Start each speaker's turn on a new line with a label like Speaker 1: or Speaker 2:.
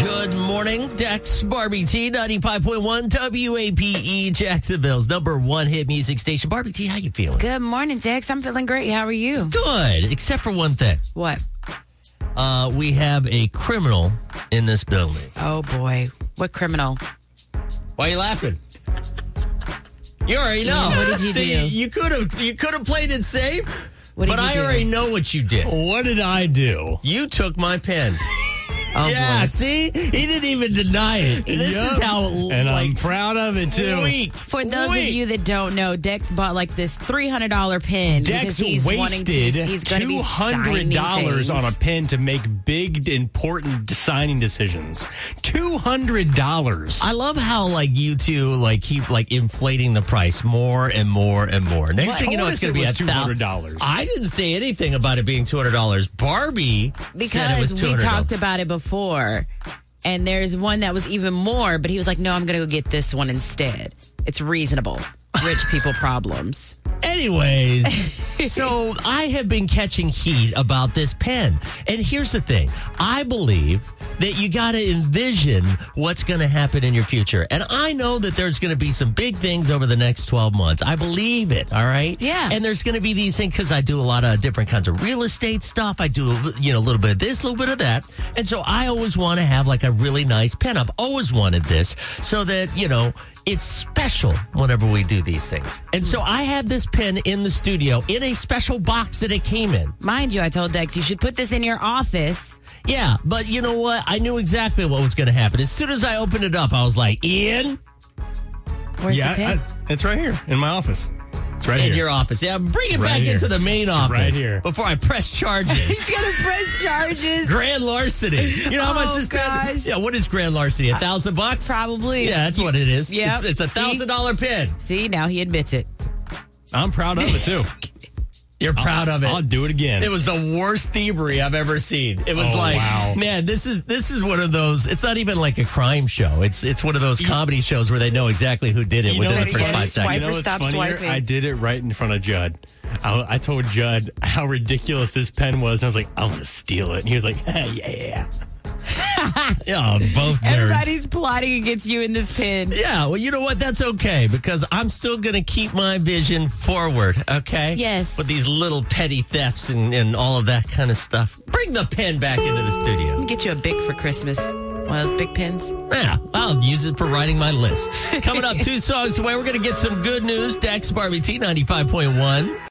Speaker 1: Good morning, Dex Barbie T, 95.1 WAPE, E, Jacksonville's number one hit music station. Barbie T, how you feeling?
Speaker 2: Good morning, Dex. I'm feeling great. How are you?
Speaker 1: Good, except for one thing.
Speaker 2: What?
Speaker 1: Uh, we have a criminal in this building.
Speaker 2: Oh boy, what criminal?
Speaker 1: Why are you laughing? You already know.
Speaker 2: What did you
Speaker 1: See,
Speaker 2: do?
Speaker 1: You could have you could have played it safe,
Speaker 2: What did
Speaker 1: but
Speaker 2: you
Speaker 1: I
Speaker 2: do?
Speaker 1: already know what you did.
Speaker 3: What did I do?
Speaker 1: You took my pen.
Speaker 2: Oh
Speaker 1: yeah,
Speaker 2: boy.
Speaker 1: see, he didn't even deny it. This is
Speaker 3: Yup.
Speaker 1: how
Speaker 3: and I'm
Speaker 1: like
Speaker 3: proud of it too.
Speaker 1: weak.
Speaker 2: For those
Speaker 1: weak.
Speaker 2: of you that don't know, Dex bought like this three hundred dollar pen because
Speaker 3: Dex
Speaker 2: he's wanting to.
Speaker 3: wasted
Speaker 2: He's going to be
Speaker 3: two
Speaker 2: signing
Speaker 3: hundred dollars
Speaker 2: things.
Speaker 3: on a pen to make big, important signing decisions. Two hundred dollars.
Speaker 1: I love how like you two like keep like inflating the price more and more and more. Next
Speaker 3: I
Speaker 1: thing you know,
Speaker 3: told
Speaker 1: it's
Speaker 3: us
Speaker 1: going to
Speaker 3: it
Speaker 1: be
Speaker 3: was
Speaker 1: a thou-
Speaker 3: $200.
Speaker 1: I didn't say anything about it being two hundred dollars. Barbie said it was
Speaker 2: because
Speaker 1: two
Speaker 2: we
Speaker 1: hundred
Speaker 2: talked
Speaker 1: dollars.
Speaker 2: about it before, and there's one that was even more, but he was like, "No, I'm going to go get this one instead. It's reasonable." Rich people problems.
Speaker 1: Anyways, so I have been catching heat about this pen, and here's the thing: I believe that you got to envision what's going to happen in your future, and I know that there's going to be some big things over the next twelve months. I believe it. All right.
Speaker 2: Yeah.
Speaker 1: And there's going to be these things because I do a lot of different kinds of real estate stuff. I do, you know, a little bit of this, a little bit of that. And so I always want to have like a really nice pen. I've always wanted this so that, you know, it's special whenever we do these things. And so I have this pen in the studio in a special box that it came in.
Speaker 2: Mind you, I told Dex you should put this in your office.
Speaker 1: Yeah. But you know what? I knew exactly what was going to happen. As soon as I opened it up, I was like, Ian,
Speaker 2: Where's
Speaker 3: yeah,
Speaker 2: the pen?
Speaker 3: I- it's right here in my office. It's right
Speaker 1: in
Speaker 3: here.
Speaker 1: your office. Yeah. Bring it
Speaker 3: Right
Speaker 1: back
Speaker 3: here.
Speaker 1: into the main
Speaker 3: It's
Speaker 1: office
Speaker 3: right here.
Speaker 1: before I press charges.
Speaker 2: He's gonna press charges.
Speaker 1: Grand larceny. You know how much
Speaker 2: Oh,
Speaker 1: this pen?
Speaker 2: gosh.
Speaker 1: Yeah, what is grand larceny? A thousand bucks?
Speaker 2: Probably.
Speaker 1: Yeah, that's what it is.
Speaker 2: Yep.
Speaker 1: It's, it's a
Speaker 2: See?
Speaker 1: thousand dollar pin.
Speaker 2: See, now he admits it.
Speaker 3: I'm proud of it too.
Speaker 1: You're proud of it.
Speaker 3: I'll do it again.
Speaker 1: It was the worst thievery I've ever seen. It was
Speaker 3: Oh,
Speaker 1: like,
Speaker 3: wow.
Speaker 1: man, this is this is one of those. It's not even like a crime show. It's it's one of those comedy shows where they know exactly who did it
Speaker 3: You know
Speaker 1: within the
Speaker 3: what's
Speaker 1: first
Speaker 3: funny?
Speaker 1: five seconds.
Speaker 3: You know
Speaker 2: Swiper,
Speaker 3: what's
Speaker 2: stop
Speaker 3: funnier?
Speaker 2: swiping.
Speaker 3: I did it right in front of Judd. I, I told Judd how ridiculous this pen was, and I was like, "I'm gonna steal it." And he was like, "Yeah."
Speaker 1: Yeah, both nerds.
Speaker 2: Everybody's plotting against you in this pen.
Speaker 1: yeah, well, you know what? That's okay because I'm still going to keep my vision forward, okay?
Speaker 2: Yes.
Speaker 1: With these little petty thefts and, and all of that kind of stuff. Bring the pen back into the studio.
Speaker 2: Let me get you a big for Christmas. One of those big pins.
Speaker 1: Yeah, I'll use it for writing my list. Coming up, two songs away. We're going to get some good news. Dex Barbie T95.1.